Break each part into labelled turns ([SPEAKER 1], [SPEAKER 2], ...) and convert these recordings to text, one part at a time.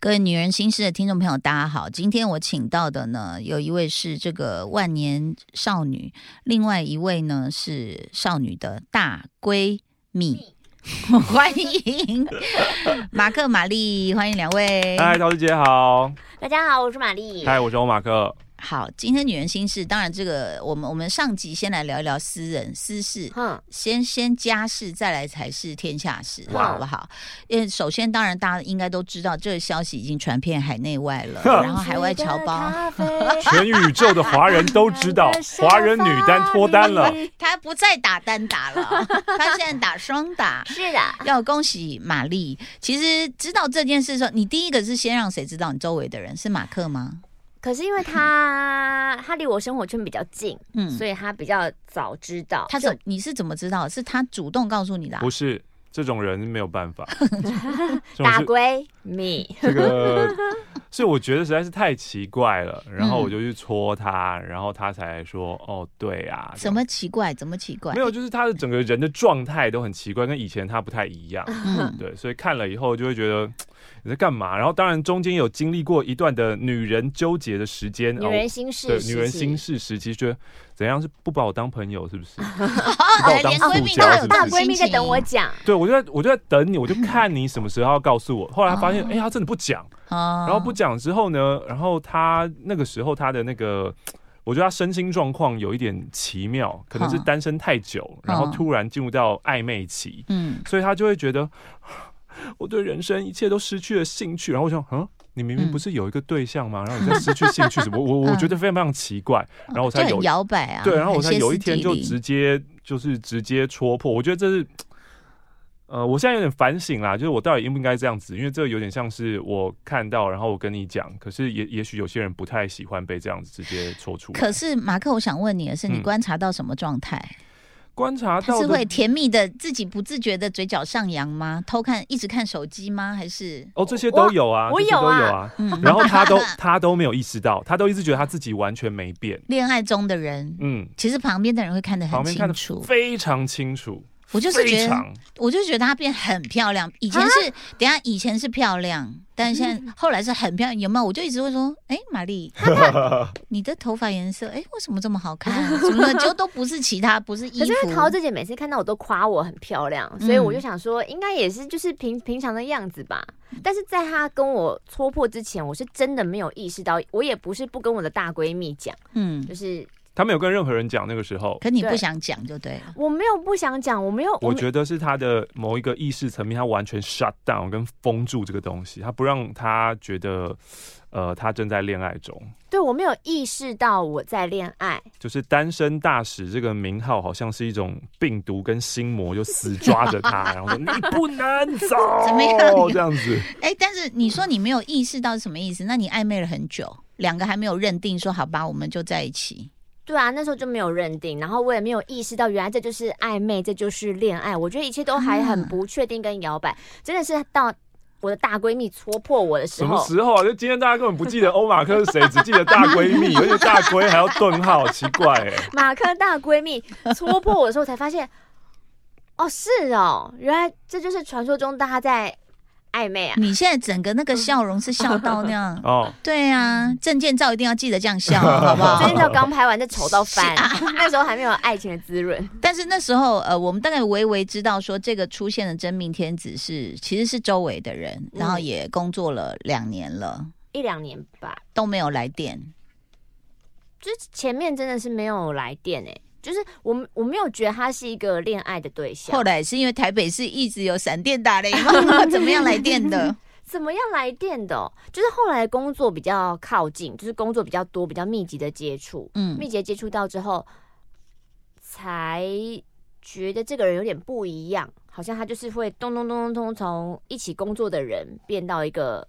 [SPEAKER 1] 各位女人心事的听众朋友，大家好。今天我请到的呢，有一位是这个万年少女，另外一位呢是少女的大闺蜜。欢迎马克、玛丽，欢迎两位。
[SPEAKER 2] 嗨，陶师姐好，
[SPEAKER 1] 哎
[SPEAKER 3] 大家好，我是玛丽。
[SPEAKER 2] 嗨，我是欧马 克。
[SPEAKER 1] 好，今天女人心事，当然这个我们我们上集先来聊一聊私人私事，
[SPEAKER 3] 哼，
[SPEAKER 1] 先先家事，再来才是天下事，
[SPEAKER 3] 哇，
[SPEAKER 1] 好不好？因为首先，当然大家应该都知道，这个消息已经传遍海内外了，然后海外侨胞。
[SPEAKER 2] 全宇宙的华人 都 知道华人女单脱单了。
[SPEAKER 1] 他不再打单打了，他现在打双打。
[SPEAKER 3] 是的，
[SPEAKER 1] 要恭喜玛丽！其实知道这件事的时候，你第一个是先让谁知道？你周围的人是马克吗？
[SPEAKER 3] 可是因为他他离我生活圈比较近，
[SPEAKER 1] 嗯，
[SPEAKER 3] 所以他比较早知道。
[SPEAKER 1] 他
[SPEAKER 3] 就
[SPEAKER 1] 怎你是怎么知道？是他主动告诉你的啊、
[SPEAKER 2] 不是这种人没有 办法，这种
[SPEAKER 3] 大
[SPEAKER 2] 是
[SPEAKER 3] 闺蜜？
[SPEAKER 2] 这个，所以我觉得实在是太奇怪了。然
[SPEAKER 1] 嗯
[SPEAKER 2] 后我就去戳他，然后他才说：“哦，对啊。”
[SPEAKER 1] 怎么奇怪？怎么奇怪？
[SPEAKER 2] 没有？就是他的整个人的状态都很奇怪，跟以前他不太一样。
[SPEAKER 1] 嗯，
[SPEAKER 2] 对，所以看了以后就会觉得你在干嘛？然后当然中间有经历过一段的女人纠结的时间，
[SPEAKER 3] 女
[SPEAKER 2] 哦
[SPEAKER 3] 人心事
[SPEAKER 2] 对
[SPEAKER 3] 时期，
[SPEAKER 2] 女人心事时期，觉得怎样是不把我当朋友，是不是？把
[SPEAKER 1] 哦
[SPEAKER 2] 我当
[SPEAKER 1] 连
[SPEAKER 2] 塑
[SPEAKER 1] 闺蜜都
[SPEAKER 2] 胶
[SPEAKER 1] 有
[SPEAKER 2] 是不是
[SPEAKER 1] 这
[SPEAKER 3] 大
[SPEAKER 1] 种
[SPEAKER 3] 闺蜜
[SPEAKER 1] 心
[SPEAKER 3] 在
[SPEAKER 1] 情
[SPEAKER 3] 等我讲，
[SPEAKER 2] 对我就在我就在等你，我就看你什么时候要告诉我。后来发现，
[SPEAKER 1] 哦
[SPEAKER 2] 哎、他真的不讲，
[SPEAKER 1] 哦
[SPEAKER 2] 然后不讲之后呢，然后他那个时候他的那个。我觉得他身心状况有一点奇妙，可能是
[SPEAKER 1] 嗯
[SPEAKER 2] 单身太久，然后
[SPEAKER 1] 嗯
[SPEAKER 2] 突然进入到暧昧期，
[SPEAKER 1] 嗯
[SPEAKER 2] 所以他就会觉得 我对人生一切都失去了兴趣。然后我想，嗯，你明明
[SPEAKER 1] 嗯
[SPEAKER 2] 不是有一个对象吗？然后你再失去兴趣，什么？我我我
[SPEAKER 1] 嗯
[SPEAKER 2] 觉得非常非常奇怪。然后我才
[SPEAKER 1] 就
[SPEAKER 2] 有
[SPEAKER 1] 很摇摆啊。
[SPEAKER 2] 对，然后我
[SPEAKER 1] 很
[SPEAKER 2] 才
[SPEAKER 1] 歇斯
[SPEAKER 2] 有一天
[SPEAKER 1] 底
[SPEAKER 2] 就
[SPEAKER 1] 里
[SPEAKER 2] 直接就是直接戳破。我觉得这是，呃，我现在有点反省啦，就是我到底应不应该这样子？因为这个有点像是我看到，然后我跟你讲，可是也也许有些人不太喜欢被这样子直接戳出来。
[SPEAKER 1] 可是马克，我想问你的是，你
[SPEAKER 2] 嗯
[SPEAKER 1] 观察到什么状态？
[SPEAKER 2] 观察
[SPEAKER 1] 他
[SPEAKER 2] 到
[SPEAKER 1] 是
[SPEAKER 2] 的
[SPEAKER 1] 会甜蜜的，自己不自觉的嘴角上扬吗？偷看，一直看手机吗？还是
[SPEAKER 2] 哦，这些都有啊，
[SPEAKER 3] 我
[SPEAKER 2] 这些都
[SPEAKER 3] 我有啊
[SPEAKER 2] 有啊。
[SPEAKER 1] 嗯，
[SPEAKER 2] 然后他 都他都没有意识到，他都一直觉得他自己完全没变。
[SPEAKER 1] 恋爱中的人，
[SPEAKER 2] 嗯，
[SPEAKER 1] 其实旁边的人会看得
[SPEAKER 2] 旁
[SPEAKER 1] 很
[SPEAKER 2] 边看
[SPEAKER 1] 清
[SPEAKER 2] 得
[SPEAKER 1] 楚。
[SPEAKER 2] 非常清楚。
[SPEAKER 1] 我就是觉
[SPEAKER 2] 非
[SPEAKER 1] 得，
[SPEAKER 2] 常啊
[SPEAKER 1] 我就觉得她变很漂亮。以前是，等一下以前是漂亮，但是现在
[SPEAKER 2] 嗯
[SPEAKER 1] 后来是很漂亮，有没有？我就一直会说，哎，玛丽， 你的头发颜色，哎，为什么这么好看？啊什么的，就都不是其他，不是衣
[SPEAKER 3] 可是因
[SPEAKER 1] 服
[SPEAKER 3] 为。桃子姐每次看到我都夸我很漂亮，所以我
[SPEAKER 1] 嗯
[SPEAKER 3] 就想说，应该也是就是平平常的样子吧。但是在她跟我戳破之前，我是真的没有意识到，我也不是不跟我的大闺蜜讲，
[SPEAKER 1] 嗯，
[SPEAKER 3] 就是
[SPEAKER 2] 他没有跟任何人讲那个时候，
[SPEAKER 1] 可你不
[SPEAKER 3] 对
[SPEAKER 1] 想讲就对了。
[SPEAKER 3] 我没有不想讲，我没有，
[SPEAKER 1] 哦
[SPEAKER 2] 我
[SPEAKER 3] 没
[SPEAKER 2] 觉得是他的某一个意识层面，他完全 shut down 跟封住这个东西，他不让他觉得，呃，他正在恋爱中，
[SPEAKER 3] 对我没有意识到我在恋爱，
[SPEAKER 2] 就是单身大使这个名号好像是一种病毒跟心魔，就死抓着他， 然后说你不能走
[SPEAKER 1] 怎么样，
[SPEAKER 2] 这样子。
[SPEAKER 1] 哎，但是你说你没有意识到是什么意思？那你暧昧了很久，两个还没有认定说好吧，我们就在一起。
[SPEAKER 3] 对啊，那时候就没有认定，然后我也没有意识到，原来这就是暧昧，这就是恋爱。我觉得一切都还很不确定跟摇摆，真的是到我的大闺蜜戳破我的时
[SPEAKER 2] 什么
[SPEAKER 3] 候，
[SPEAKER 2] 时候啊？就今天大家根本不记得欧马克是谁，只记得大闺蜜，而且大闺还要顿号，奇怪哎、，
[SPEAKER 3] 马克大闺蜜戳破我的时候，才发现， 哦，是哦，原来这就是传说中大家在暧 昧啊。
[SPEAKER 1] 你现在整个那个笑容是笑到那样
[SPEAKER 2] 哦，
[SPEAKER 1] 对啊，证件照一定要记得这样 笑，好不好
[SPEAKER 3] 最？近就刚拍完，就丑到翻，那时候还没有爱情的滋润。
[SPEAKER 1] 但是那时候，呃，我们大概微微知道说，这个出现的真命天子是其实是周围的人，
[SPEAKER 3] 嗯
[SPEAKER 1] 然后也工作了两年了，
[SPEAKER 3] 一两年吧，
[SPEAKER 1] 都没有来电。
[SPEAKER 3] 就是前面真的是没有来电哎、就是我们我没有觉得他是一个恋爱的对象
[SPEAKER 1] 后。来是因为台北市一直有闪电打 雷吗？怎么样来电的？
[SPEAKER 3] 怎么样来电的哦、就是后来工作比较靠近，就是工作比较多、比较密集的接触，
[SPEAKER 1] 嗯
[SPEAKER 3] 密集地接触到之后，才觉得这个人有点不一样，好像他就是会咚咚咚咚咚从一起工作的人变到一个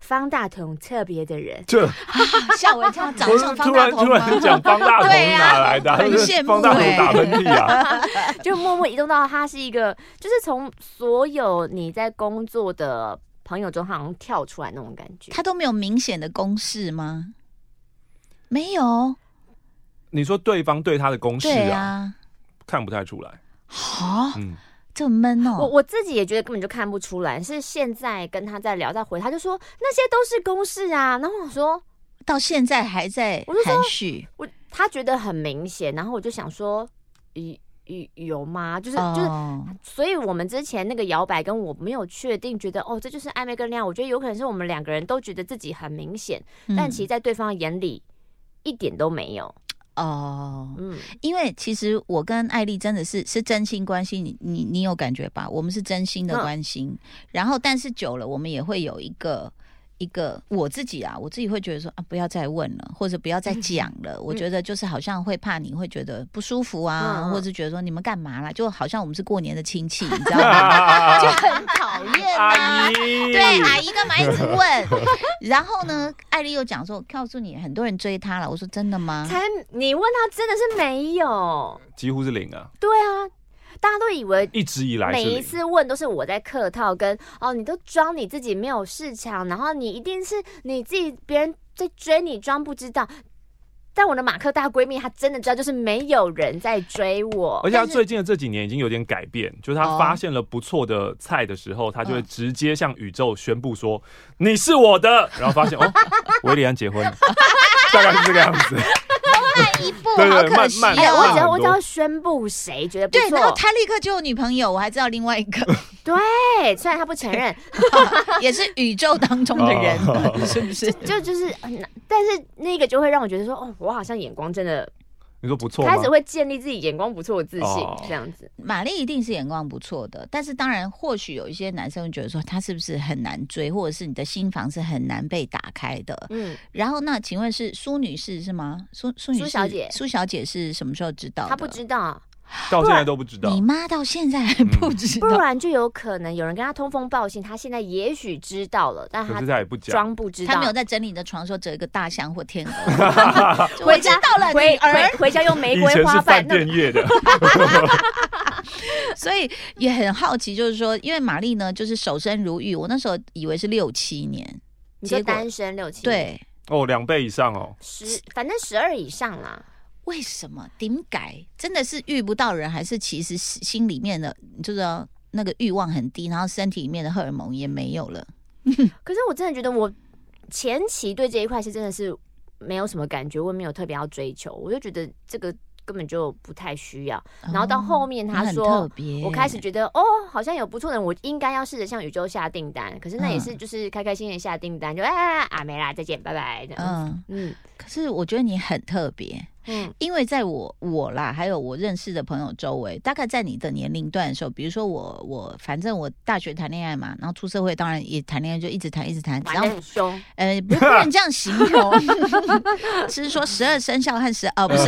[SPEAKER 3] 方大同特别的人。
[SPEAKER 2] 这
[SPEAKER 1] 吓我一跳，
[SPEAKER 2] 不
[SPEAKER 1] 早
[SPEAKER 2] 是
[SPEAKER 1] 上方
[SPEAKER 2] 突
[SPEAKER 1] 大
[SPEAKER 2] 然
[SPEAKER 1] 头
[SPEAKER 2] 突
[SPEAKER 1] 吗
[SPEAKER 2] 然？讲方大同
[SPEAKER 1] 对啊
[SPEAKER 2] 哪来的啊？
[SPEAKER 1] 很
[SPEAKER 2] 就是
[SPEAKER 1] 羡慕
[SPEAKER 2] 方大
[SPEAKER 1] 欸
[SPEAKER 2] 同打喷嚏啊！
[SPEAKER 3] 就默默移动到他是一个，就是从所有你在工作的朋友中，好像跳出来那种感觉。
[SPEAKER 1] 他都没有明显的公式吗？没有，
[SPEAKER 2] 你说对方对他的攻势
[SPEAKER 1] 对
[SPEAKER 2] 啊，
[SPEAKER 1] 啊，
[SPEAKER 2] 看不太出来。
[SPEAKER 1] 好、
[SPEAKER 2] 嗯，
[SPEAKER 1] 这么闷
[SPEAKER 3] 我
[SPEAKER 1] 哦。
[SPEAKER 3] 我自己也觉得根本就看不出来，是现在跟他在聊，在回他就说那些都是公式啊。然后我说
[SPEAKER 1] 到现在还在
[SPEAKER 3] 我就说
[SPEAKER 1] 含蓄，
[SPEAKER 3] 我他觉得很明显，然后我就想说，有有有吗？就是、就是
[SPEAKER 1] 哦，
[SPEAKER 3] 所以我们之前那个摇摆跟我没有确定，觉得哦，这就是暧昧跟恋爱。我觉得有可能是我们两个人都觉得自己很明显，但
[SPEAKER 1] 嗯
[SPEAKER 3] 其实在对方眼里一点都没有。
[SPEAKER 1] 哦，
[SPEAKER 3] 嗯，
[SPEAKER 1] 因为其实我跟艾丽真的是是真心关心你你你有感觉吧？我们是真心的
[SPEAKER 3] 嗯
[SPEAKER 1] 关心，然后但是久了，我们也会有一个一个我自己啊，我自己会觉得说啊，不要再问了，或者不要再讲了。我觉得就是好像会怕你会觉得不舒服啊，
[SPEAKER 3] 嗯嗯
[SPEAKER 1] 或者觉得说你们干嘛啦？就好像我们是过年的亲戚，你知道吗？就
[SPEAKER 2] 啊
[SPEAKER 1] 很讨厌啊
[SPEAKER 2] 阿。姨，
[SPEAKER 1] 对，阿姨干嘛一直问？然后呢，艾丽又讲说，告诉你，很多人追她了。我说真的吗？
[SPEAKER 3] 才你问他真的是没有，
[SPEAKER 2] 几乎是零啊，
[SPEAKER 3] 对啊，大家都以为。
[SPEAKER 2] 一直以来
[SPEAKER 3] 每
[SPEAKER 2] 是
[SPEAKER 3] 一
[SPEAKER 2] 零。
[SPEAKER 3] 次问都是我在客套跟，哦，你都装你自己没有市场，然后你一定是你自己别人在追你装不知道。但我的马克大闺蜜她真的知道，就是没有人在追我
[SPEAKER 2] 而。且他
[SPEAKER 1] 但是
[SPEAKER 2] 最近的这几年已经有点改变，就是他
[SPEAKER 1] 哦
[SPEAKER 2] 发现了不错的菜的时候，他就会
[SPEAKER 1] 嗯
[SPEAKER 2] 直接向宇宙宣布说：“你是我的。”然后发现哦，维里安结婚了， 大概是这个样子。
[SPEAKER 1] 慢一步，
[SPEAKER 2] 对
[SPEAKER 1] 好
[SPEAKER 2] 对
[SPEAKER 1] 可
[SPEAKER 2] 慢
[SPEAKER 1] 惜
[SPEAKER 2] 慢
[SPEAKER 3] 哎，我只
[SPEAKER 1] 哦。
[SPEAKER 3] 要
[SPEAKER 2] 很
[SPEAKER 3] 我只
[SPEAKER 2] 多
[SPEAKER 3] 要宣布谁觉得不
[SPEAKER 1] 对，然后
[SPEAKER 3] 错，
[SPEAKER 1] 他立刻就有女朋友，我还知道另外一 个
[SPEAKER 3] 对，虽然他不承认，
[SPEAKER 1] 也是宇宙当中的人， 是不是？
[SPEAKER 3] 就就是很难，但是那个就会让我觉得说，哦，我好像眼光真的
[SPEAKER 2] 你说不错吗
[SPEAKER 3] 开？始会建立自己眼光不错的自信
[SPEAKER 2] 哦，
[SPEAKER 3] 这样子。
[SPEAKER 1] 玛丽一定是眼光不错的，但是当然，或许有一些男生会觉得说，他是不是很难追，或者是你的心房是很难被打开的。
[SPEAKER 3] 嗯，
[SPEAKER 1] 然后，那请问是苏女士是吗？苏苏女士
[SPEAKER 3] 苏小姐
[SPEAKER 1] 苏小姐是什么时候知道的？
[SPEAKER 3] 他不知道，
[SPEAKER 2] 到现在都不知道
[SPEAKER 1] 你。妈到现在还不知
[SPEAKER 3] 不
[SPEAKER 1] 道。
[SPEAKER 3] 然就有可能有人跟他通风报信，他现在也许知道了，但
[SPEAKER 2] 可
[SPEAKER 3] 他
[SPEAKER 2] 是他也不讲，
[SPEAKER 3] 装不知
[SPEAKER 1] 他
[SPEAKER 3] 道
[SPEAKER 1] 没有。在整理你的床的时候折一个大象或天鹅， 就我知道了，
[SPEAKER 3] 回
[SPEAKER 1] 女儿。
[SPEAKER 3] 回回家用玫
[SPEAKER 2] 以
[SPEAKER 3] 瑰
[SPEAKER 2] 前
[SPEAKER 3] 花
[SPEAKER 2] 是
[SPEAKER 3] 瓣
[SPEAKER 2] 饭，
[SPEAKER 3] 那
[SPEAKER 2] 店业的，
[SPEAKER 1] 所以也很好奇，就是说，因为玛丽呢，就是守身如玉，我那时候以为是六七年，
[SPEAKER 3] 你就
[SPEAKER 1] 结果
[SPEAKER 3] 单身六七，，
[SPEAKER 1] 对，
[SPEAKER 2] 哦，两倍以上哦。
[SPEAKER 3] 十反正十二以上啦。
[SPEAKER 1] 为什么顶改真的是遇不到人，还是其实是心里面的就是说那个欲望很低，然后身体里面的荷尔蒙也没有了？
[SPEAKER 3] 可是我真的觉得我前期对这一块是真的是没有什么感觉，我也没有特别要追求，我就觉得这个根本就不太需要。然后到后面他
[SPEAKER 1] 哦你
[SPEAKER 3] 说
[SPEAKER 1] 很特别，
[SPEAKER 3] 我开始觉得哦，好像有不错的人，我应该要试着向宇宙下订单。可是
[SPEAKER 1] 嗯
[SPEAKER 3] 那也是就是开开心心地下订单，就哎哎哎啊没啦，再见，拜拜这样子。
[SPEAKER 1] 嗯，
[SPEAKER 3] 嗯
[SPEAKER 1] 可是我觉得你很特别，
[SPEAKER 3] 嗯
[SPEAKER 1] 因为在我我啦，还有我认识的朋友周围，大概在你的年龄段的时候，比如说我我反正我大学谈恋爱嘛，然后出社会当然也谈恋爱，就一直谈一直谈，
[SPEAKER 3] 玩
[SPEAKER 1] 然
[SPEAKER 3] 的
[SPEAKER 1] 后
[SPEAKER 3] 很凶，
[SPEAKER 1] 呃不不能这样形容， 是说十二生肖和十哦 不是，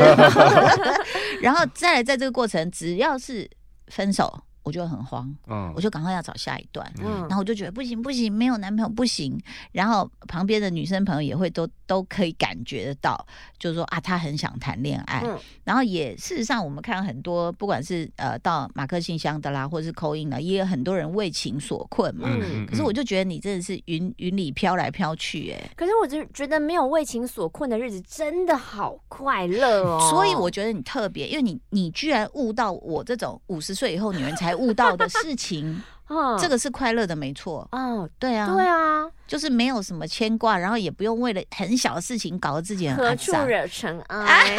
[SPEAKER 1] 然后再来在这个过程，只要是分手，我就很慌，
[SPEAKER 2] 嗯
[SPEAKER 1] 我就赶快要找下一段。
[SPEAKER 2] 嗯
[SPEAKER 1] 然后我就觉得不行不行，没有男朋友不行。然后旁边的女生朋友也会都都可以感觉得到，就是说啊，她很想谈恋爱。
[SPEAKER 3] 嗯
[SPEAKER 1] 然后也事实上，我们看很多，不管是呃到马克信箱的啦，或是扣印的，也有很多人为情所困嘛。
[SPEAKER 3] 嗯
[SPEAKER 1] 可是我就觉得你真的是云云里飘来飘去、欸，
[SPEAKER 3] 可是我就觉得没有为情所困的日子真的好快乐哦。
[SPEAKER 1] 所以我觉得你特别，因为你你居然悟到我这种五十岁以后女人才悟到的事情，
[SPEAKER 3] 嗯
[SPEAKER 1] 这个是快乐的，没错。
[SPEAKER 3] 哦
[SPEAKER 1] 对啊，
[SPEAKER 3] 对啊，
[SPEAKER 1] 就是没有什么牵挂，然后也不用为了很小的事情搞得自己很
[SPEAKER 3] 何
[SPEAKER 1] 肮
[SPEAKER 3] 处
[SPEAKER 1] 脏，
[SPEAKER 3] 惹尘 埃。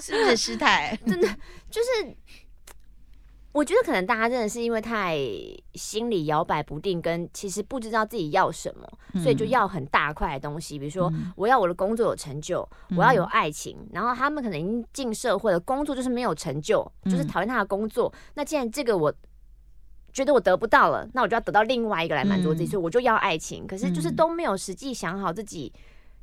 [SPEAKER 1] 是不是师太？
[SPEAKER 3] 就是我觉得可能大家真的是因为太心理摇摆不定，跟其实不知道自己要什么，所以就要很大块的东西，比如说。
[SPEAKER 1] 嗯
[SPEAKER 3] 我要我的工作有成就，我要有爱情。然后他们可能已经进社会了，工作就是没有成就，就是
[SPEAKER 1] 嗯
[SPEAKER 3] 讨厌他的工作。那既然这个我觉得我得不到了，那我就要得到另外一个来满足自己，
[SPEAKER 1] 嗯
[SPEAKER 3] 所以我就要爱情。可是就是
[SPEAKER 1] 嗯
[SPEAKER 3] 都没有实际想好自己，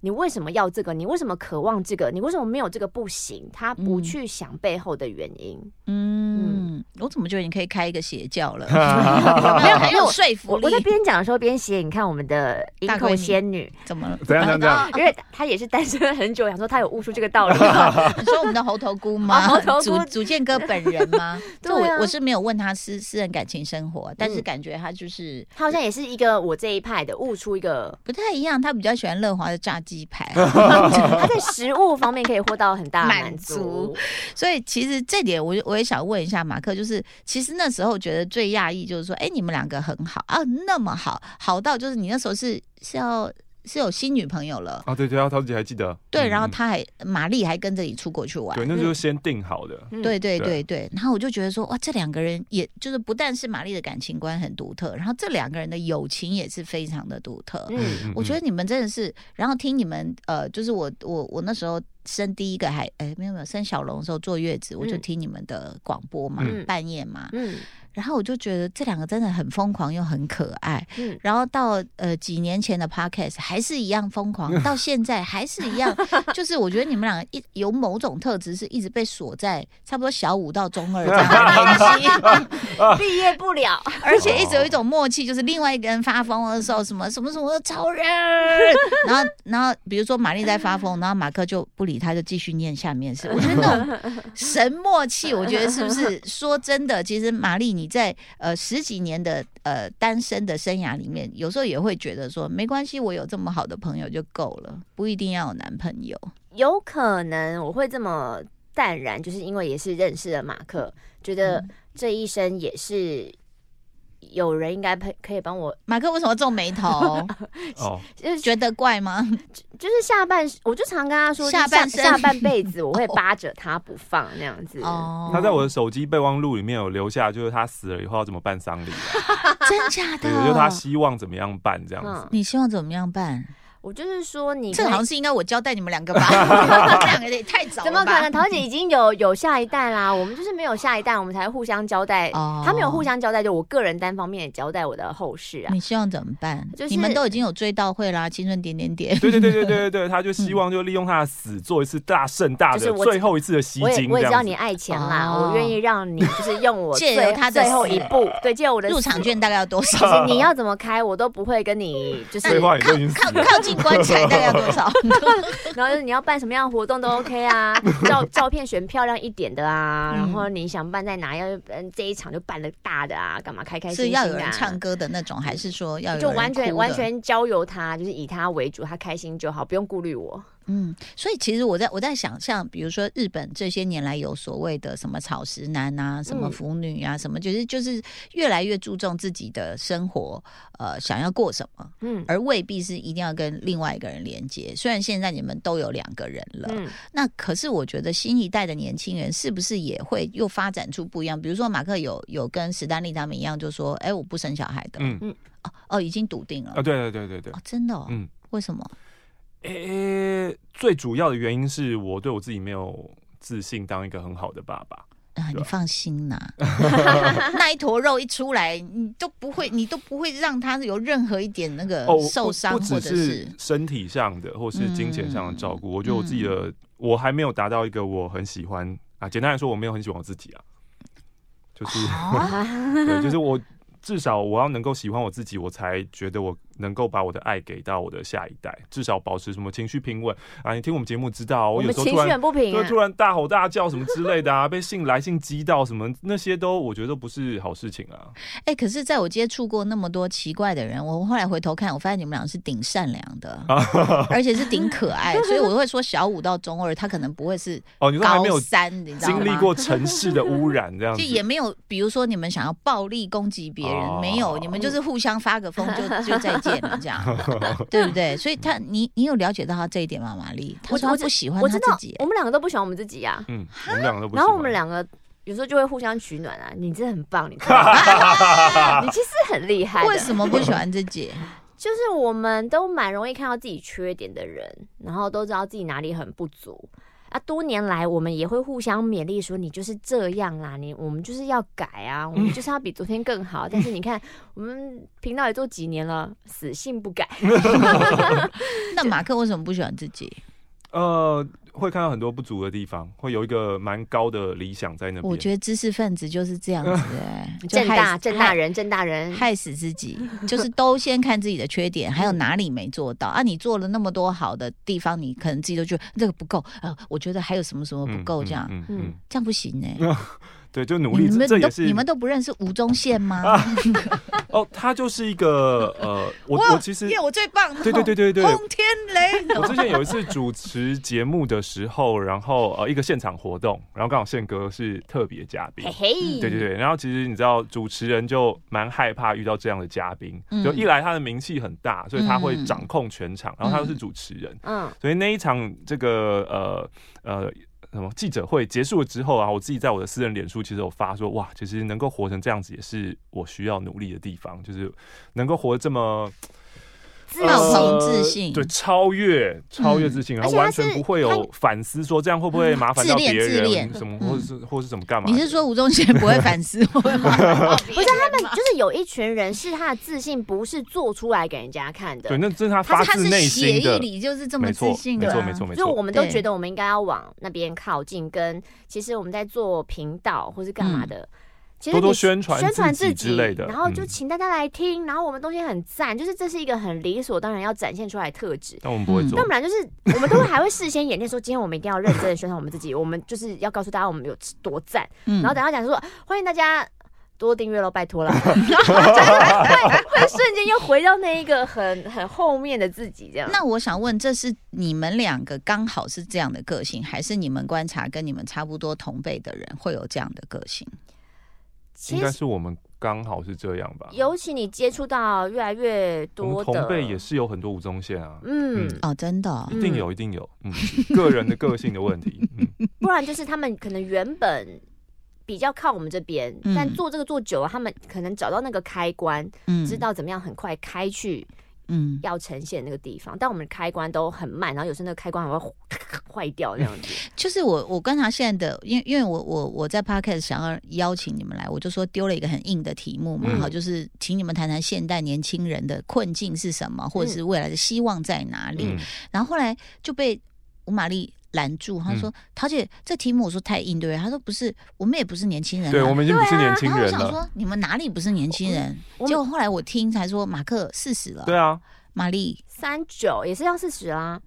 [SPEAKER 3] 你为什么要这个？你为什么渴望这个？你为什么没有这个不行？他不
[SPEAKER 1] 嗯
[SPEAKER 3] 去想背后的原因。
[SPEAKER 1] 嗯，我怎么觉得你可以开一个邪教 了？有没有很有说服
[SPEAKER 3] 我我在
[SPEAKER 1] 力？
[SPEAKER 3] 边讲的时候边写，你看我们的音
[SPEAKER 1] 大闺哦
[SPEAKER 3] 控
[SPEAKER 1] 女
[SPEAKER 3] 仙女，
[SPEAKER 1] 怎么了？
[SPEAKER 2] 怎样怎样怎样？
[SPEAKER 3] 因为她也是单身很久，想说她有悟出这个道理。
[SPEAKER 1] 你说我们的猴头菇
[SPEAKER 3] 哦
[SPEAKER 1] 吗？
[SPEAKER 3] 猴头菇
[SPEAKER 1] 祖祖建哥本人吗？
[SPEAKER 3] 对
[SPEAKER 1] 就
[SPEAKER 3] 啊
[SPEAKER 1] 我我是没有问他私私人感情生活，但是
[SPEAKER 3] 嗯
[SPEAKER 1] 感觉他就是
[SPEAKER 3] 她好像也是一个我这一派的，悟出一 个
[SPEAKER 1] 不太一样，他比较喜欢乐华的炸鸡排。
[SPEAKER 3] 她在食物方面可以获到很大的满
[SPEAKER 1] 满
[SPEAKER 3] 足
[SPEAKER 1] 足。所以其实这点我就我也想问一下马克，就是其实那时候觉得最讶异，就是说，哎、你们两个很好啊，那么好，好到就是你那时候是是要是有新女朋友了，
[SPEAKER 2] 啊，对对啊，陶姐还记得，
[SPEAKER 1] 对，
[SPEAKER 2] 嗯
[SPEAKER 1] 然后
[SPEAKER 2] 嗯
[SPEAKER 1] 他还玛丽还跟着你出国去玩
[SPEAKER 2] 对，。那就是先定好的，
[SPEAKER 3] 嗯
[SPEAKER 1] 对对对
[SPEAKER 2] 对
[SPEAKER 1] 对，然后我就觉得说，哇，这两个人也就是不但是玛丽的感情观很独特，然后这两个人的友情也是非常的独特。
[SPEAKER 3] 嗯，
[SPEAKER 1] 我觉得你们真的是，然后听你们呃，就是我我我那时候生第一个还哎没有没有生小龙的时候坐月子，我就
[SPEAKER 3] 嗯
[SPEAKER 1] 听你们的广播嘛，
[SPEAKER 2] 嗯
[SPEAKER 1] 半夜嘛，
[SPEAKER 3] 嗯
[SPEAKER 1] 然后我就觉得这两个真的很疯狂又很可爱。
[SPEAKER 3] 嗯，
[SPEAKER 1] 然后到呃几年前的 podcast 还是一样疯狂，到现在还是 一样，就是我觉得你们两个一有某种特质是一直被锁在差不多小五到中二这样 的年纪。
[SPEAKER 3] 毕业不了，
[SPEAKER 1] 而
[SPEAKER 2] 哦
[SPEAKER 1] 且一直有一种默契，就是另外一个人发疯的时候，什么什么什么超人， 然后然后比如说玛丽在发疯，然后马克就不理他，就继续念下面是。我觉得那种神默契，我觉得是不是？说真 的，其实玛丽你在呃十几年的呃单身的生涯里面，有时候也会觉得说没关系，我有这么好的朋友就够了，不一定要有男朋友。
[SPEAKER 3] 有可能我会这么淡然，就是因为也是认识了马克，觉得
[SPEAKER 1] 嗯
[SPEAKER 3] 这一生也是有人应该陪可以帮我，
[SPEAKER 1] 马克为什么皱眉 头？
[SPEAKER 2] 哦，
[SPEAKER 3] 就是
[SPEAKER 1] 觉得怪 吗？
[SPEAKER 3] 就是下半，我就常跟他说，
[SPEAKER 1] 下半
[SPEAKER 3] 就是
[SPEAKER 1] 身
[SPEAKER 3] 下下半辈子我会扒着他不放那样子。嗯
[SPEAKER 1] 哦
[SPEAKER 2] 他在我的手机备忘录里面有留下，就是他死了以后要怎么办丧礼啊，
[SPEAKER 1] 真假的
[SPEAKER 2] 对，？就是他希望怎么样办这样子。
[SPEAKER 3] 嗯，
[SPEAKER 1] 你希望怎么样办？
[SPEAKER 3] 我就是说你
[SPEAKER 1] 这
[SPEAKER 3] 可以
[SPEAKER 1] 好像是应该我交代你们两个吧， 你们两个也太早了
[SPEAKER 3] 怎么
[SPEAKER 1] 吧
[SPEAKER 3] 可能？桃姐已经有有下一代啦，我们就是没有下一代，我们才互相交代。
[SPEAKER 1] 哦
[SPEAKER 3] 他没有互相交代，就我个人单方面交代我的后事啊。
[SPEAKER 1] 你希望怎么办？
[SPEAKER 3] 就是
[SPEAKER 1] 你们都已经有追悼会啦，青春点点点。
[SPEAKER 2] 对对对对对对对，他就希望就利用他的死做一次大盛大
[SPEAKER 3] 就是
[SPEAKER 2] 的
[SPEAKER 3] 我
[SPEAKER 2] 最后一次的吸
[SPEAKER 3] 我也
[SPEAKER 2] 金
[SPEAKER 3] 我
[SPEAKER 2] 这
[SPEAKER 3] 也知道
[SPEAKER 2] 样
[SPEAKER 3] 你啊
[SPEAKER 2] 子。
[SPEAKER 3] 爱钱啦，
[SPEAKER 1] 哦
[SPEAKER 3] 我愿意让你就是用 我
[SPEAKER 1] 借由
[SPEAKER 3] 最
[SPEAKER 1] 他的
[SPEAKER 3] 最后一
[SPEAKER 1] 死
[SPEAKER 3] 步，对，借由我 的
[SPEAKER 1] 入
[SPEAKER 3] 死
[SPEAKER 1] 场。券大概要多
[SPEAKER 3] 其
[SPEAKER 1] 少？
[SPEAKER 3] 实你要怎么开，我都不会跟你就是，
[SPEAKER 2] 废话，你都已经死
[SPEAKER 1] 靠
[SPEAKER 2] 了。
[SPEAKER 1] 靠近棺材大概要多 少？
[SPEAKER 3] 然后就是你要办什么样的活动都 OK 啊，照照片选漂亮一点的啊，
[SPEAKER 1] 嗯
[SPEAKER 3] 然后你想办在哪要，嗯，这一场就办的大的啊，干嘛开开心
[SPEAKER 1] 是
[SPEAKER 3] 心
[SPEAKER 1] 要
[SPEAKER 3] 的
[SPEAKER 1] 有人
[SPEAKER 3] 啊
[SPEAKER 1] 唱歌的那种，还是说要有
[SPEAKER 3] 就
[SPEAKER 1] 人
[SPEAKER 3] 完全
[SPEAKER 1] 哭的
[SPEAKER 3] 完全交由他，就是以他为主，他开心就好，不用顾虑我。
[SPEAKER 1] 嗯，所以其实我在我在想象，比如说日本这些年来有所谓的什么草食男啊，什么
[SPEAKER 3] 嗯
[SPEAKER 1] 腐女啊，什么就是就是越来越注重自己的生活，呃，想要过什么，
[SPEAKER 3] 嗯
[SPEAKER 1] 而未必是一定要跟另外一个人连接。虽然现在你们都有两个人了，
[SPEAKER 3] 嗯，
[SPEAKER 1] 那可是我觉得新一代的年轻人是不是也会又发展出不一样？比如说马克有有跟史丹利他们一样，就说：“哎，我不生小孩的。
[SPEAKER 2] 嗯
[SPEAKER 1] 哦哦，已经笃定了。
[SPEAKER 2] 啊，对对对对对
[SPEAKER 1] 哦，，真的、哦？
[SPEAKER 2] 嗯，
[SPEAKER 1] 为什么？
[SPEAKER 2] 诶、最主要的原因是我对我自己没有自信，当一个很好的爸爸。
[SPEAKER 1] 啊，
[SPEAKER 2] 对
[SPEAKER 1] 你
[SPEAKER 2] 啊
[SPEAKER 1] 放心 啦、那一坨肉一出来，你都不会，你都不会让他有任何一点那个
[SPEAKER 2] 哦，
[SPEAKER 1] 呃受伤，
[SPEAKER 2] 不不
[SPEAKER 1] 或
[SPEAKER 2] 只
[SPEAKER 1] 者
[SPEAKER 2] 是
[SPEAKER 1] 是嗯
[SPEAKER 2] 身体上的，或是金钱上的照顾。我觉得我自己的，我还没有达到一个我很喜欢啊。简单来说，我没有很喜欢我自己啊，就是、
[SPEAKER 1] 哦
[SPEAKER 2] 对，就是我至少我要能够喜欢我自己，我才觉得我能够把我的爱给到我的下一代，至少保持什么情绪平稳啊。你听我们节目知道，
[SPEAKER 3] 我
[SPEAKER 2] 有
[SPEAKER 3] 们
[SPEAKER 2] 时候
[SPEAKER 3] 情
[SPEAKER 2] 突
[SPEAKER 3] 绪
[SPEAKER 2] 然。
[SPEAKER 3] 很不平
[SPEAKER 2] 就
[SPEAKER 3] 啊
[SPEAKER 2] 突。然大吼大叫什么之类的啊，被信来信激到什么那些都，我觉得都不是好事情啊。
[SPEAKER 1] 哎、可是在我接触过那么多奇怪的人，我后来回头看，我发现你们俩是顶善良 的，而且是顶可爱，所以我会说小五到中二，他可能不会是
[SPEAKER 2] 哦，你说还
[SPEAKER 1] 高
[SPEAKER 2] 没有
[SPEAKER 1] 三，你知道吗？
[SPEAKER 2] 经历过城市的污染这样子
[SPEAKER 1] 就，也没有，比如说你们想要暴力攻击别人，
[SPEAKER 2] 哦
[SPEAKER 1] 没有，你们就是互相发个疯就就再见了，这样， 对不对？所以他，你你有了解到他这一点吗，玛丽？他
[SPEAKER 3] 我
[SPEAKER 1] 说
[SPEAKER 3] 我
[SPEAKER 1] 他
[SPEAKER 3] 知
[SPEAKER 1] 不喜欢
[SPEAKER 3] 我
[SPEAKER 1] 他
[SPEAKER 3] 知
[SPEAKER 1] 自
[SPEAKER 3] 道
[SPEAKER 1] 己、，
[SPEAKER 3] 我们两个都不喜欢我们自己啊呀、
[SPEAKER 2] 嗯，我们两个都不喜欢。
[SPEAKER 3] 然后我们两个有时候就会互相取暖啊。你真的很棒，你真的很 棒你其实很厉害的。
[SPEAKER 1] 为什么不喜欢自 己？
[SPEAKER 3] 就是我们都蛮容易看到自己缺点的人，然后都知道自己哪里很不足。啊，多年来我们也会互相勉励说，你就是这样啦，你我们就是要改啊，我们就是要比昨天更好。但是你看，我们频道也做几年了，死性不改。
[SPEAKER 1] 那马克为什么不喜欢自己？
[SPEAKER 2] 呃，会看到很多不足的地方，会有一个蛮高的理想在那边。
[SPEAKER 1] 我觉得知识分子就是这样 子、哎，就
[SPEAKER 3] 正大
[SPEAKER 1] 害
[SPEAKER 3] 正大人正大人，
[SPEAKER 1] 害死自己， 就是都先看自己的缺点，还
[SPEAKER 3] 嗯
[SPEAKER 1] 有哪里没做到啊？你做了那么多好的地方，你可能自己都觉得这个不够，呃，我觉得还有什么什么不够，这样、
[SPEAKER 2] 嗯
[SPEAKER 3] 嗯
[SPEAKER 2] 嗯
[SPEAKER 1] 这样不行呢、
[SPEAKER 2] 对，就努
[SPEAKER 1] 你
[SPEAKER 2] 力，这
[SPEAKER 1] 们
[SPEAKER 2] 这
[SPEAKER 1] 都
[SPEAKER 2] 也是啊
[SPEAKER 1] 你们都不认识吴宗宪吗？
[SPEAKER 2] 哦，他就是一个呃，我我其实
[SPEAKER 1] 耶，我最棒，
[SPEAKER 2] 对对对对对，
[SPEAKER 1] 轰天 雷，
[SPEAKER 2] 我之前有一次主持节目的时候，然后呃一个现场活动，然后刚好宪哥是特别嘉宾
[SPEAKER 3] 嘿，嘿，
[SPEAKER 2] 嗯对对对，然后其实你知道主持人就蛮害怕遇到这样的嘉宾，
[SPEAKER 1] 嗯
[SPEAKER 2] 就一来他的名气很大，所以他会
[SPEAKER 1] 嗯
[SPEAKER 2] 掌控全场，然后他又是主持人，
[SPEAKER 3] 嗯，
[SPEAKER 2] 所以那一场这个呃呃什么记者会结束了之后啊，我自己在我的私人脸书其实有发说，哇，其实能够活成这样子也是我需要努力的地方，就是能够活得这么呃
[SPEAKER 3] 自
[SPEAKER 1] 爆
[SPEAKER 3] 信
[SPEAKER 1] 棚自嗯信
[SPEAKER 2] 对，超越超越自信，然后
[SPEAKER 3] 而且他
[SPEAKER 2] 完全
[SPEAKER 3] 是
[SPEAKER 2] 不会有反思说这样会不会麻烦到
[SPEAKER 1] 嗯自恋
[SPEAKER 2] 别
[SPEAKER 1] 自恋嗯
[SPEAKER 2] 人什么，或者是或者是怎么干嘛？
[SPEAKER 1] 你是说吴宗宪不会反思我吗？
[SPEAKER 3] 不是他们，就是有一群人是他的自信不是做出来给人家看
[SPEAKER 2] 对，
[SPEAKER 3] 的，
[SPEAKER 2] 那这是他
[SPEAKER 1] 他
[SPEAKER 2] 发
[SPEAKER 1] 是他
[SPEAKER 2] 自
[SPEAKER 1] 是
[SPEAKER 2] 内
[SPEAKER 1] 协
[SPEAKER 2] 心
[SPEAKER 1] 议
[SPEAKER 2] 的，
[SPEAKER 1] 里就是这么
[SPEAKER 2] 没
[SPEAKER 1] 自
[SPEAKER 2] 错，
[SPEAKER 1] 信
[SPEAKER 2] 没
[SPEAKER 1] 的啊，
[SPEAKER 2] 错，没错，没
[SPEAKER 3] 就我
[SPEAKER 2] 错。
[SPEAKER 3] 们都
[SPEAKER 1] 对
[SPEAKER 3] 觉得我们应该要往那边靠近，跟其实我们在做频道或是干嘛的。其实
[SPEAKER 2] 嗯多多
[SPEAKER 3] 你
[SPEAKER 2] 宣传
[SPEAKER 3] 宣传
[SPEAKER 2] 自
[SPEAKER 3] 自
[SPEAKER 2] 己之类的
[SPEAKER 3] 然后就
[SPEAKER 2] 嗯
[SPEAKER 3] 请大家来听，然后我们东西很赞，就是这是一个很理所当然要展现出来的特质。
[SPEAKER 2] 但我们不会
[SPEAKER 1] 嗯
[SPEAKER 2] 做
[SPEAKER 3] 要不，然就是我们都会还会事先演练说，今天我们一定要认真的宣传我们自己，我们就是要告诉大家我们有多赞。
[SPEAKER 1] 嗯
[SPEAKER 3] 然后等到讲说，欢迎大家多订阅喽，拜托了。然后就会会瞬间又回到那一个很很后面的自己这样。
[SPEAKER 1] 那我想问，这是你们两个刚好是这样的个性，还是你们观察跟你们差不多同辈的人会有这样的个性？
[SPEAKER 3] 其
[SPEAKER 2] 应该
[SPEAKER 3] 实，
[SPEAKER 2] 是我们刚好是这样吧。
[SPEAKER 3] 尤其你接触到越来越
[SPEAKER 2] 我
[SPEAKER 3] 多
[SPEAKER 2] 们
[SPEAKER 3] 的
[SPEAKER 2] 同辈也，是有很多吴宗宪啊，
[SPEAKER 3] 嗯，
[SPEAKER 2] 嗯
[SPEAKER 1] 哦，真的哦、
[SPEAKER 2] 一定有，一定有，嗯，个人的个性的 问题，嗯，
[SPEAKER 3] 不然就是他们可能原本。比较靠我们这边，
[SPEAKER 1] 嗯
[SPEAKER 3] 但做这个做久了，他们可能找到那个开关，
[SPEAKER 1] 嗯，
[SPEAKER 3] 知，道怎么样很快开去
[SPEAKER 1] 嗯，
[SPEAKER 3] 要呈现那个地方，但我们开关都很慢，然后有时候那个开关还会坏掉那样子。
[SPEAKER 1] 就是我我观察现在的，因为因为我我我在 podcast 想要邀请你们来，我就说丢了一个很硬的题目嘛，
[SPEAKER 2] 嗯
[SPEAKER 1] 好、就是请你们谈谈现代年轻人的困境是什么，或者是未来的希望在哪里。
[SPEAKER 2] 嗯
[SPEAKER 1] 然后后来就被吴玛丽拦住，她
[SPEAKER 2] 嗯
[SPEAKER 1] 说：“桃姐，这题目我说太硬，对不对？”她说：“不是，我们也不是年轻人啊。”
[SPEAKER 2] 对，我们已经不是
[SPEAKER 3] 对啊
[SPEAKER 2] 年轻
[SPEAKER 1] 然后我
[SPEAKER 2] 人
[SPEAKER 1] 想
[SPEAKER 2] 了，
[SPEAKER 1] 说，你们哪里不是年轻人？
[SPEAKER 3] 我
[SPEAKER 1] 结果后来我听才说，马克四十了，
[SPEAKER 2] 对啊，
[SPEAKER 1] 玛丽，
[SPEAKER 3] 三九也是要四十啦，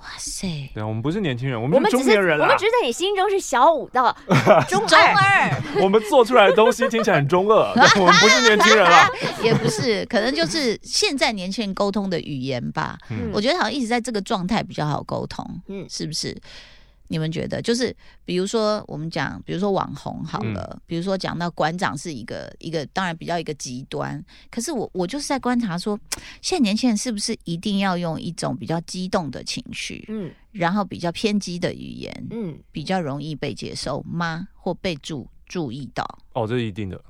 [SPEAKER 1] 哇塞，
[SPEAKER 2] 对啊，我们不是年轻人，我
[SPEAKER 3] 我
[SPEAKER 2] 们
[SPEAKER 3] 们
[SPEAKER 2] 是
[SPEAKER 3] 只
[SPEAKER 2] 中
[SPEAKER 3] 是
[SPEAKER 2] 年人
[SPEAKER 3] 我
[SPEAKER 2] 啦
[SPEAKER 3] 们，只是在你心中是小五 到中
[SPEAKER 1] 中
[SPEAKER 3] 二，
[SPEAKER 1] 二
[SPEAKER 2] 我们做出来的东西听起来很中二，但我们不是年轻人 啦，
[SPEAKER 1] 也不是，可能就是现在年轻人沟通的语言吧。
[SPEAKER 2] 嗯
[SPEAKER 1] 我觉得好像一直在这个状态比较好沟通，
[SPEAKER 3] 嗯
[SPEAKER 1] 是不是？你们觉得，就是比如说我们讲，比如说网红好了，比如说讲到馆长是一个一个，当然比较一个极端。可是我我就是在观察说，现在年轻人是不是一定要用一种比较激动的情绪，
[SPEAKER 3] 嗯
[SPEAKER 1] 然后比较偏激的语言，
[SPEAKER 3] 嗯，
[SPEAKER 1] 比较容易被接受吗？或被注注意到？
[SPEAKER 2] 哦，这是一定的，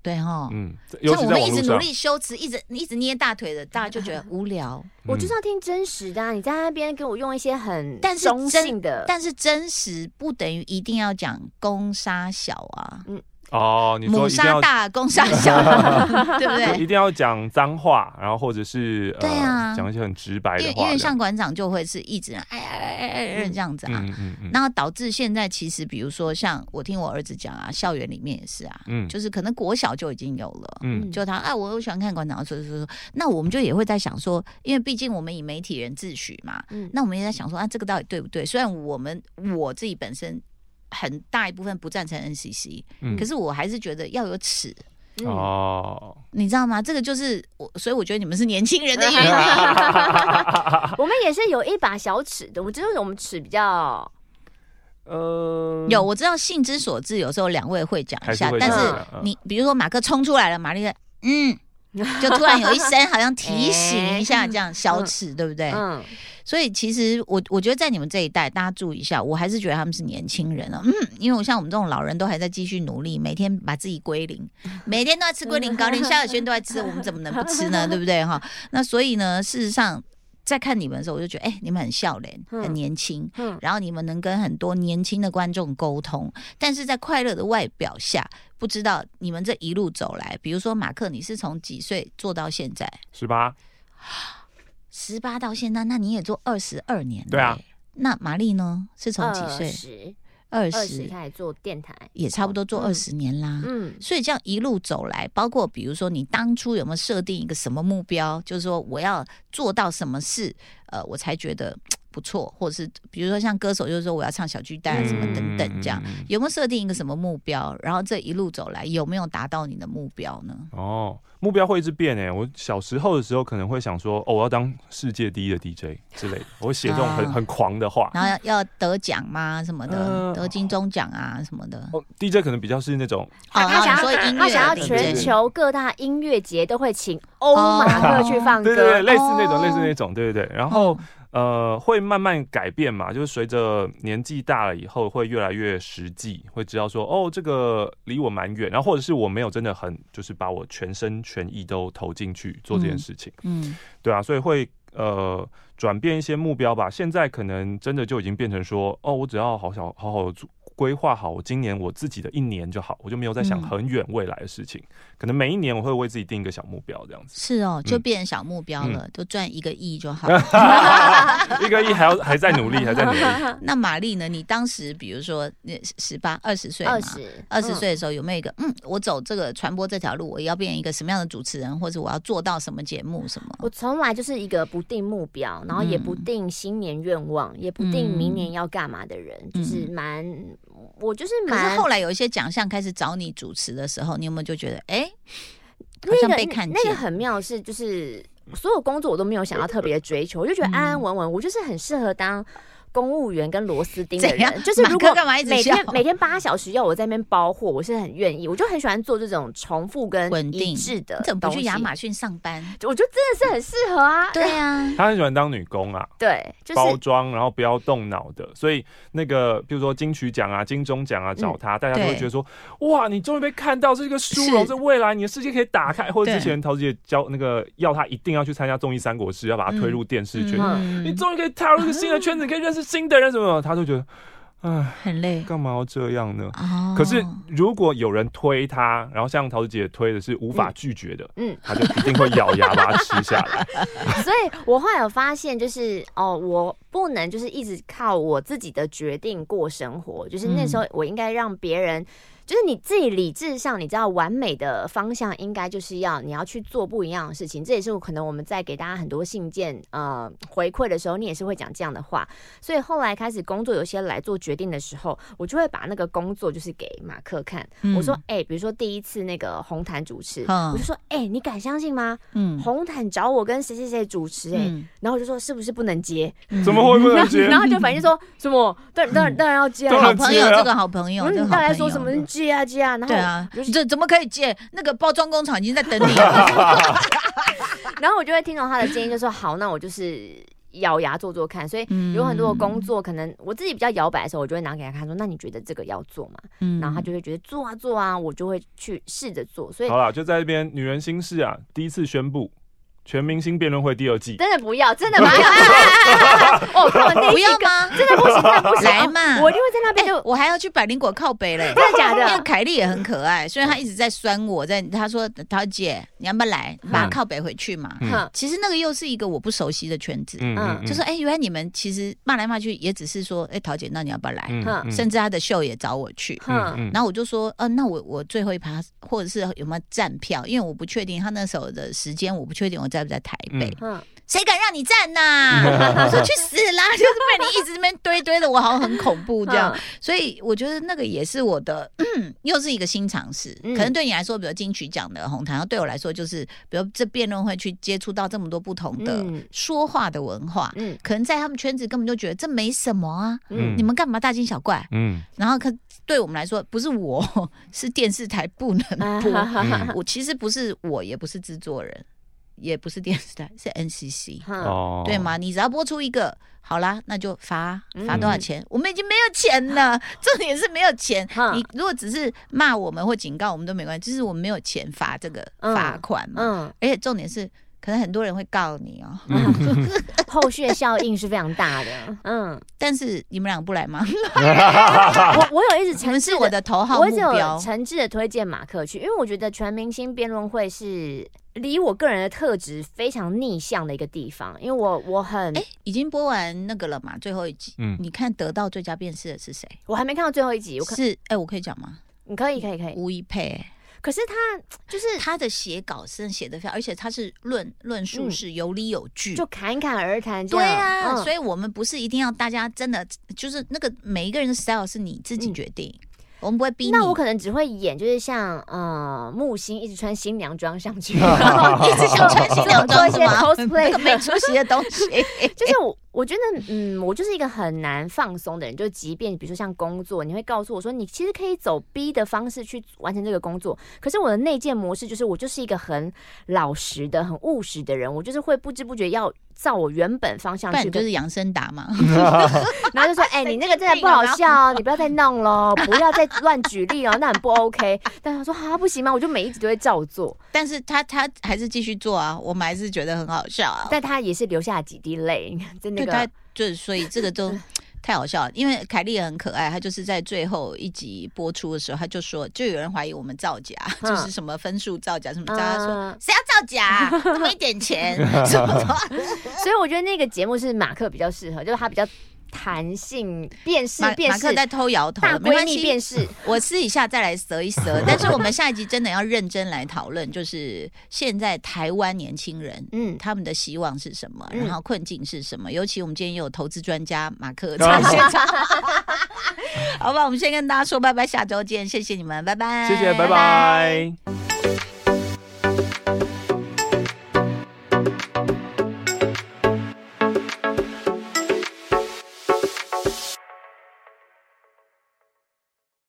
[SPEAKER 1] 对哈、
[SPEAKER 2] 嗯，这尤
[SPEAKER 1] 像
[SPEAKER 2] 其
[SPEAKER 1] 我
[SPEAKER 2] 在
[SPEAKER 1] 们
[SPEAKER 2] 网
[SPEAKER 1] 一
[SPEAKER 2] 络
[SPEAKER 1] 直努
[SPEAKER 2] 上，
[SPEAKER 1] 力修辞，一直一直捏大腿的，大家就觉得无聊。
[SPEAKER 3] 我就是要听真实的、啊，你在那边给我用一些很
[SPEAKER 1] 但是
[SPEAKER 3] 中
[SPEAKER 1] 真
[SPEAKER 3] 性的，
[SPEAKER 1] 但是真实不等于一定要讲攻杀小啊，
[SPEAKER 2] 哦，你说
[SPEAKER 1] 母
[SPEAKER 2] 一定
[SPEAKER 1] 杀
[SPEAKER 2] 要
[SPEAKER 1] 大，攻杀小，对不
[SPEAKER 2] 就一
[SPEAKER 1] 对？
[SPEAKER 2] 定要讲脏话，然后或者是
[SPEAKER 1] 对啊
[SPEAKER 2] 呃讲一些很直白
[SPEAKER 1] 因
[SPEAKER 2] 的
[SPEAKER 1] 为
[SPEAKER 2] 话
[SPEAKER 1] 因
[SPEAKER 2] 这
[SPEAKER 1] 为像
[SPEAKER 2] 样，
[SPEAKER 1] 馆长就会是一直哎哎哎哎哎这样子啊，
[SPEAKER 2] 嗯嗯嗯，
[SPEAKER 1] 然后导致现在其实比如说像我听我儿子讲啊，校园里面也是啊，
[SPEAKER 2] 嗯
[SPEAKER 1] 就是可能国小就已经有了。
[SPEAKER 2] 嗯
[SPEAKER 1] 就他啊，我又喜欢看馆长，所以说说，那我们就也会在想说，因为毕竟我们以媒体人自诩嘛，
[SPEAKER 3] 嗯
[SPEAKER 1] 那我们也在想说啊，这个到底对不对？虽然我们我自己本身很大一部分不赞成 NCC，、
[SPEAKER 2] 嗯
[SPEAKER 1] 可是我还是觉得要有尺，
[SPEAKER 3] 嗯，
[SPEAKER 2] 哦，
[SPEAKER 1] 你知道吗？这个就是我，所以我觉得你们是年轻人的 原因。
[SPEAKER 3] 我们也是有一把小尺的，我们只是我们尺比较，
[SPEAKER 2] 呃，
[SPEAKER 1] 有我知道性之所至，有时候两位会讲一
[SPEAKER 2] 还是
[SPEAKER 1] 下，
[SPEAKER 2] 会
[SPEAKER 1] 但
[SPEAKER 2] 讲
[SPEAKER 1] 是
[SPEAKER 2] 的嗯
[SPEAKER 1] 你比如说马克冲出来了，玛丽在嗯。就突然有一声，好像提醒一下，这样小尺，对不对？
[SPEAKER 3] 嗯，
[SPEAKER 1] 所以其实我我觉得在你们这一代，大家注意一下，我还是觉得他们是年轻人啊。嗯，因为我像我们这种老人都还在继续努力，每天把自己归零，每天都在吃龟苓膏，连萧亚轩都在吃，我们怎么能不吃呢？对不对哈？那所以呢，事实上。在看你们的时候，我就觉得，哎、你们很笑脸，
[SPEAKER 3] 嗯
[SPEAKER 1] 很年轻，
[SPEAKER 3] 嗯
[SPEAKER 1] 然后你们能跟很多年轻的观众沟通，但是在快乐的外表下，不知道你们这一路走来，比如说马克，你是从几岁做到现在？
[SPEAKER 2] 十八，
[SPEAKER 1] 十八到现在，那你也做二十二年了
[SPEAKER 2] 对啊
[SPEAKER 1] 耶。那玛丽呢？是从几岁？
[SPEAKER 3] 十
[SPEAKER 1] 二
[SPEAKER 3] 二十
[SPEAKER 1] 十，
[SPEAKER 3] 开始做电台，
[SPEAKER 1] 也差不多做
[SPEAKER 3] 嗯
[SPEAKER 1] 二十年啦。
[SPEAKER 3] 嗯
[SPEAKER 1] 所以这样一路走来，包括比如说你当初有没有设定一个什么目标，就是说我要做到什么事，呃，我才觉得嘖不错，或者是比如说像歌手就是说我要唱小巨蛋啊什么等等这样，
[SPEAKER 2] 嗯
[SPEAKER 1] 有没有设定一个什么目标？然后这一路走来有没有达到你的目标呢？
[SPEAKER 2] 哦，目标会一直变诶。我小时候的时候可能会想说，哦，我要当世界第一的 DJ 之类的，我会写这种很、
[SPEAKER 1] 啊
[SPEAKER 2] 很狂的话。
[SPEAKER 1] 然后要要得奖吗？什么的，
[SPEAKER 2] 呃
[SPEAKER 1] 得金钟奖啊什么的。
[SPEAKER 2] 哦，DJ 可能比较是那种
[SPEAKER 3] 他哦他想
[SPEAKER 1] 哦说
[SPEAKER 3] 要
[SPEAKER 1] 音乐
[SPEAKER 3] 他想要
[SPEAKER 1] 领哦
[SPEAKER 3] 全
[SPEAKER 1] 先
[SPEAKER 3] 球各大音乐节都会请欧马克去放
[SPEAKER 2] 对对对，
[SPEAKER 3] 歌，
[SPEAKER 2] 类似那种、
[SPEAKER 1] 哦
[SPEAKER 2] 类似那种，对对对。然后、呃，会慢慢改变嘛，就是随着年纪大了以后，会越来越实际，会知道说哦，这个离我蛮远，然后或者是我没有真的很就是把我全身全意都投进去做这件
[SPEAKER 1] 嗯
[SPEAKER 2] 事情，
[SPEAKER 1] 嗯
[SPEAKER 2] 对啊，所以会呃转变一些目标吧。现在可能真的就已经变成说哦，我只要好想好好做。规划好我今年我自己的一年就好，我就没有在想
[SPEAKER 1] 嗯
[SPEAKER 2] 很远未来的事情。可能每一年我会为自己定一个小目标，这样子。
[SPEAKER 1] 是哦，就
[SPEAKER 2] 嗯
[SPEAKER 1] 变成小目标了，就赚一个亿就好。
[SPEAKER 2] 一个亿还要还在努力，还在努力。
[SPEAKER 1] 那玛丽呢？你当时比如说你十八、二十岁嘛
[SPEAKER 3] 二十
[SPEAKER 1] 二十，岁的时候有没有一个嗯，我走这个传播这条路，我要变一个什么样的主持人，或者我要做到什么节目什么？
[SPEAKER 3] 我从来就是一个不定目标，然后也不
[SPEAKER 1] 嗯
[SPEAKER 3] 定新年愿望，也不定明年要干嘛的人，就是蛮我就是
[SPEAKER 1] 嗯可是
[SPEAKER 3] 蛮
[SPEAKER 1] 后来有一些奖项开始找你主持的时候，你有没有就觉得哎、好
[SPEAKER 3] 那
[SPEAKER 1] 像
[SPEAKER 3] 个
[SPEAKER 1] 被看见？
[SPEAKER 3] 那 个很妙的是就是所有工作我都没有想要特别追求，我就觉得安
[SPEAKER 1] 嗯
[SPEAKER 3] 安稳稳，我就是很适合当。公务员跟螺丝钉的
[SPEAKER 1] 怎样
[SPEAKER 3] 人，就是如
[SPEAKER 1] 马
[SPEAKER 3] 果
[SPEAKER 1] 克干嘛一直
[SPEAKER 3] 每
[SPEAKER 1] 笑
[SPEAKER 3] 天 每天八小时要我在那边包货，我是很愿意，我就很喜欢做这种重复跟
[SPEAKER 1] 稳定
[SPEAKER 3] 一致的
[SPEAKER 1] 你怎么不
[SPEAKER 3] 东
[SPEAKER 1] 去
[SPEAKER 3] 西
[SPEAKER 1] 亚马逊上班？
[SPEAKER 3] 我觉得真的是很适合啊。
[SPEAKER 1] 对啊，
[SPEAKER 2] 他很喜欢当女工啊，
[SPEAKER 3] 对，就
[SPEAKER 2] 包
[SPEAKER 3] 是
[SPEAKER 2] 装，然后不要动脑的。所以那个，比如说金曲奖啊、金钟奖啊，
[SPEAKER 3] 嗯
[SPEAKER 2] 找他，大家都会
[SPEAKER 1] 对
[SPEAKER 2] 觉得说，哇，你终于被看到，这是一个殊荣，
[SPEAKER 1] 是
[SPEAKER 2] 这未来你的世界可以打开。或者
[SPEAKER 1] 对
[SPEAKER 2] 之前陶姐教那个要他一定要去参加综艺三国志，要把他推入电视圈。
[SPEAKER 1] 嗯
[SPEAKER 2] 你终于可以踏入一个新的圈子，你可以认识新的人，什么什么，他就觉得，唉，
[SPEAKER 1] 很累
[SPEAKER 2] 干嘛要这样呢？
[SPEAKER 3] 嗯
[SPEAKER 1] 哦。
[SPEAKER 2] 可是如果有人推他，然后像桃子姐推的是无法拒绝的，
[SPEAKER 3] 嗯，
[SPEAKER 2] 他就一定会咬牙把它吃下 来。
[SPEAKER 3] 所以我后来有发现，就是哦，我不能就是一直靠我自己的决定过生活，就是那时候我应该让别人。就是你自己理智上，你知道完美的方向应该就是要你要去做不一样的事情，这也是我可能我们在给大家很多信件呃回馈的时候，你也是会讲这样的话。所以后来开始工作，有些来做决定的时候，我就会把那个工作就是给马克看，
[SPEAKER 1] 嗯
[SPEAKER 3] 我说哎、比如说第一次那个红毯主持，
[SPEAKER 1] 嗯
[SPEAKER 3] 我就说哎、你敢相信吗？
[SPEAKER 1] 嗯
[SPEAKER 3] 红毯找我跟谁谁谁主持、哎、
[SPEAKER 1] 嗯
[SPEAKER 3] 然后我就说是不是不能接？
[SPEAKER 1] 嗯
[SPEAKER 2] 怎么会不能 接
[SPEAKER 3] 然？后就反应说什么， 当然当然当然要接
[SPEAKER 2] 当
[SPEAKER 1] 好
[SPEAKER 3] 啊
[SPEAKER 2] 然，
[SPEAKER 1] 朋友
[SPEAKER 2] 接啊
[SPEAKER 1] 这个好朋友，
[SPEAKER 3] 嗯
[SPEAKER 1] 这个好
[SPEAKER 3] 大
[SPEAKER 1] 朋
[SPEAKER 3] 家
[SPEAKER 1] 友
[SPEAKER 3] 说什么你接啊接啊，然后
[SPEAKER 1] 对啊
[SPEAKER 3] 就，
[SPEAKER 1] 这怎么可以借？那个包装工厂已经在等你 了。
[SPEAKER 3] 然后我就会听从他的建议，就说好，那我就是。咬牙做做看，所以
[SPEAKER 1] 嗯
[SPEAKER 3] 有很多的工作，可能我自己比较摇摆的时候，我就会拿给他看，说：“那你觉得这个要做吗？”
[SPEAKER 1] 嗯
[SPEAKER 3] 然后他就会觉得做啊做啊，我就会去试着做。所以
[SPEAKER 2] 好啦，就在这边，女人心事啊，第一次宣布全明星辩论会第二季，
[SPEAKER 3] 真的不要，真的不要，哦，看我 内
[SPEAKER 1] 不
[SPEAKER 3] 心
[SPEAKER 1] 要吗？
[SPEAKER 3] 真的不行，真的不行，
[SPEAKER 1] 来嘛
[SPEAKER 3] 哦我就会在那边
[SPEAKER 1] 哎
[SPEAKER 3] 就，
[SPEAKER 1] 我还要去百灵果靠北嘞。
[SPEAKER 3] 真的假
[SPEAKER 1] 因为
[SPEAKER 3] 的？
[SPEAKER 1] 凯莉也很可爱，虽然她一直在酸我，在她说桃姐，你要不要来
[SPEAKER 3] 嗯
[SPEAKER 1] 把靠北回去嘛？
[SPEAKER 2] 嗯
[SPEAKER 3] 哼
[SPEAKER 1] 其实那个又是一个我不熟悉的圈子，
[SPEAKER 2] 嗯
[SPEAKER 3] 嗯
[SPEAKER 1] 就说哎，原来你们其实骂来骂去也只是说，哎，桃姐，那你要不要来？
[SPEAKER 3] 嗯
[SPEAKER 1] 甚至她的秀也找我去，
[SPEAKER 3] 哼，
[SPEAKER 1] 然后我就说，嗯、那我我最后一趴，或者是有没有站票？因为我不确定他那时候的时间，我不确定我在不在台北。
[SPEAKER 2] 嗯
[SPEAKER 3] 哼，
[SPEAKER 1] 谁敢让你站呐、我说去死啦！就是被你一直那边堆堆的，我好像很恐怖这
[SPEAKER 3] 嗯
[SPEAKER 1] 样。所以我觉得那个也是我的， 嗯又是一个新尝试。
[SPEAKER 3] 嗯
[SPEAKER 1] 可能对你来说，比如金曲奖的红毯，然后对我来说就是，比如这辩论会去接触到这么多不同的
[SPEAKER 3] 嗯
[SPEAKER 1] 说话的文化，
[SPEAKER 3] 嗯
[SPEAKER 1] 可能在他们圈子根本就觉得这没什么啊，
[SPEAKER 2] 嗯
[SPEAKER 1] 你们干嘛大惊小怪？
[SPEAKER 2] 嗯
[SPEAKER 1] 然后可对我们来说，不是我 是电视台不能
[SPEAKER 3] 啊
[SPEAKER 1] 播，
[SPEAKER 3] 哈哈哈
[SPEAKER 2] 嗯
[SPEAKER 1] 我其实不是我，也不是制作人，也不是电视台，是 NCC，
[SPEAKER 3] 哈
[SPEAKER 2] 哦
[SPEAKER 1] 对？吗？你只要播出一个，好啦，那就罚罚多少钱？我们已经没有钱了，重点是没有钱。
[SPEAKER 3] 哈
[SPEAKER 1] 你如果只是骂我们或警告我们都没关系，就是我们没有钱罚这个
[SPEAKER 3] 嗯
[SPEAKER 1] 罚款嘛。
[SPEAKER 3] 嗯，
[SPEAKER 1] 而且重点是，可能很多人会告你哦。
[SPEAKER 3] 后续的效应是非常大 的。嗯，
[SPEAKER 1] 但是你们俩不来吗？
[SPEAKER 3] 我我有一 直
[SPEAKER 1] 你
[SPEAKER 3] 诚
[SPEAKER 1] 们是
[SPEAKER 3] 挚
[SPEAKER 1] 我的头号
[SPEAKER 3] 我一
[SPEAKER 1] 目
[SPEAKER 3] 直有
[SPEAKER 1] 标。
[SPEAKER 3] 诚挚的推荐马克去，因为我觉得全明星辩论会是离我个人的特质非常逆向的一个地方，因为我我很、
[SPEAKER 1] 哎、已经播完那个了嘛，最后一集。
[SPEAKER 2] 嗯
[SPEAKER 1] 你看得到最佳辩士的是谁？
[SPEAKER 3] 我还没看到最后一集，我可
[SPEAKER 1] 是哎、我可以讲吗？
[SPEAKER 3] 你可以可以可以，
[SPEAKER 1] 吴一佩、
[SPEAKER 3] 可是他就是
[SPEAKER 1] 他的写稿真的写得非常，而且他是论论述
[SPEAKER 3] 嗯
[SPEAKER 1] 是有理有据，
[SPEAKER 3] 就侃侃而谈这
[SPEAKER 1] 对
[SPEAKER 3] 样，
[SPEAKER 1] 啊，
[SPEAKER 3] 嗯
[SPEAKER 1] 所以我们不是一定要大家真的就是那个每一个人的 style 是你自己
[SPEAKER 3] 嗯
[SPEAKER 1] 决定，我们不会逼你。
[SPEAKER 3] 那我可能只会演，就是像呃木星一直穿新娘装上 去，一
[SPEAKER 1] 只想穿新娘
[SPEAKER 3] 做
[SPEAKER 1] 装
[SPEAKER 3] 一
[SPEAKER 1] 是
[SPEAKER 3] 些
[SPEAKER 1] 吗？
[SPEAKER 3] cosplay
[SPEAKER 1] 那个没出息的东 西，
[SPEAKER 3] 就是我，我觉得，嗯，我就是一个很难放松的人。就即便比如说像工作，你会告诉我说，你其实可以走 B 的方式去完成这个工作。可是我的内建模式就是，我就是一个很老实的、很务实的人。我就是会不知不觉要照我原本方向
[SPEAKER 1] 不然
[SPEAKER 3] 去
[SPEAKER 1] 你
[SPEAKER 3] 跟，
[SPEAKER 1] 就是杨森达 嘛。
[SPEAKER 3] 然 后就说，哎、你那个真的不好
[SPEAKER 1] 啊
[SPEAKER 3] 笑哦，你不要再弄喽，不要再乱举例哦，那很不 OK。但他说啊，不行吗？我就每一集都会照做，
[SPEAKER 1] 但是他他还是继续做啊，我们还是觉得很好笑啊。
[SPEAKER 3] 但他也是留下了几滴泪， 你看，真的、
[SPEAKER 1] 对
[SPEAKER 3] 那
[SPEAKER 1] 他
[SPEAKER 3] 个。
[SPEAKER 1] 就是，所以这个 都太好笑了。因为凯莉也很可爱，她就是在最后一集播出的时候，她就说，就有人怀疑我们造假，
[SPEAKER 3] 嗯
[SPEAKER 1] 就是什么分数造假什么造假，她说
[SPEAKER 3] 嗯
[SPEAKER 1] 谁要造假，这么一点 钱，什么什么
[SPEAKER 3] 所以我觉得那个节目是马克比较适合，就是他比较弹性，辨识
[SPEAKER 1] 马
[SPEAKER 3] 辨
[SPEAKER 1] 马
[SPEAKER 3] 识
[SPEAKER 1] 克在偷摇头
[SPEAKER 3] 大，
[SPEAKER 1] 没
[SPEAKER 3] 闺
[SPEAKER 1] 关
[SPEAKER 3] 蜜
[SPEAKER 1] 系
[SPEAKER 3] 辨，识。
[SPEAKER 1] 我私底下再来折一 折。但是我们下一集真的要认真来讨论，就是现在台湾年轻人。
[SPEAKER 3] 嗯，
[SPEAKER 1] 他们的希望是什么？
[SPEAKER 3] 嗯
[SPEAKER 1] 然后困境是什么？尤其我们今天也有投资专家马克在现场， 好吧，我们先跟大家说拜拜，下周见，谢谢你们，拜拜，
[SPEAKER 2] 谢谢，拜
[SPEAKER 3] 拜
[SPEAKER 2] 拜。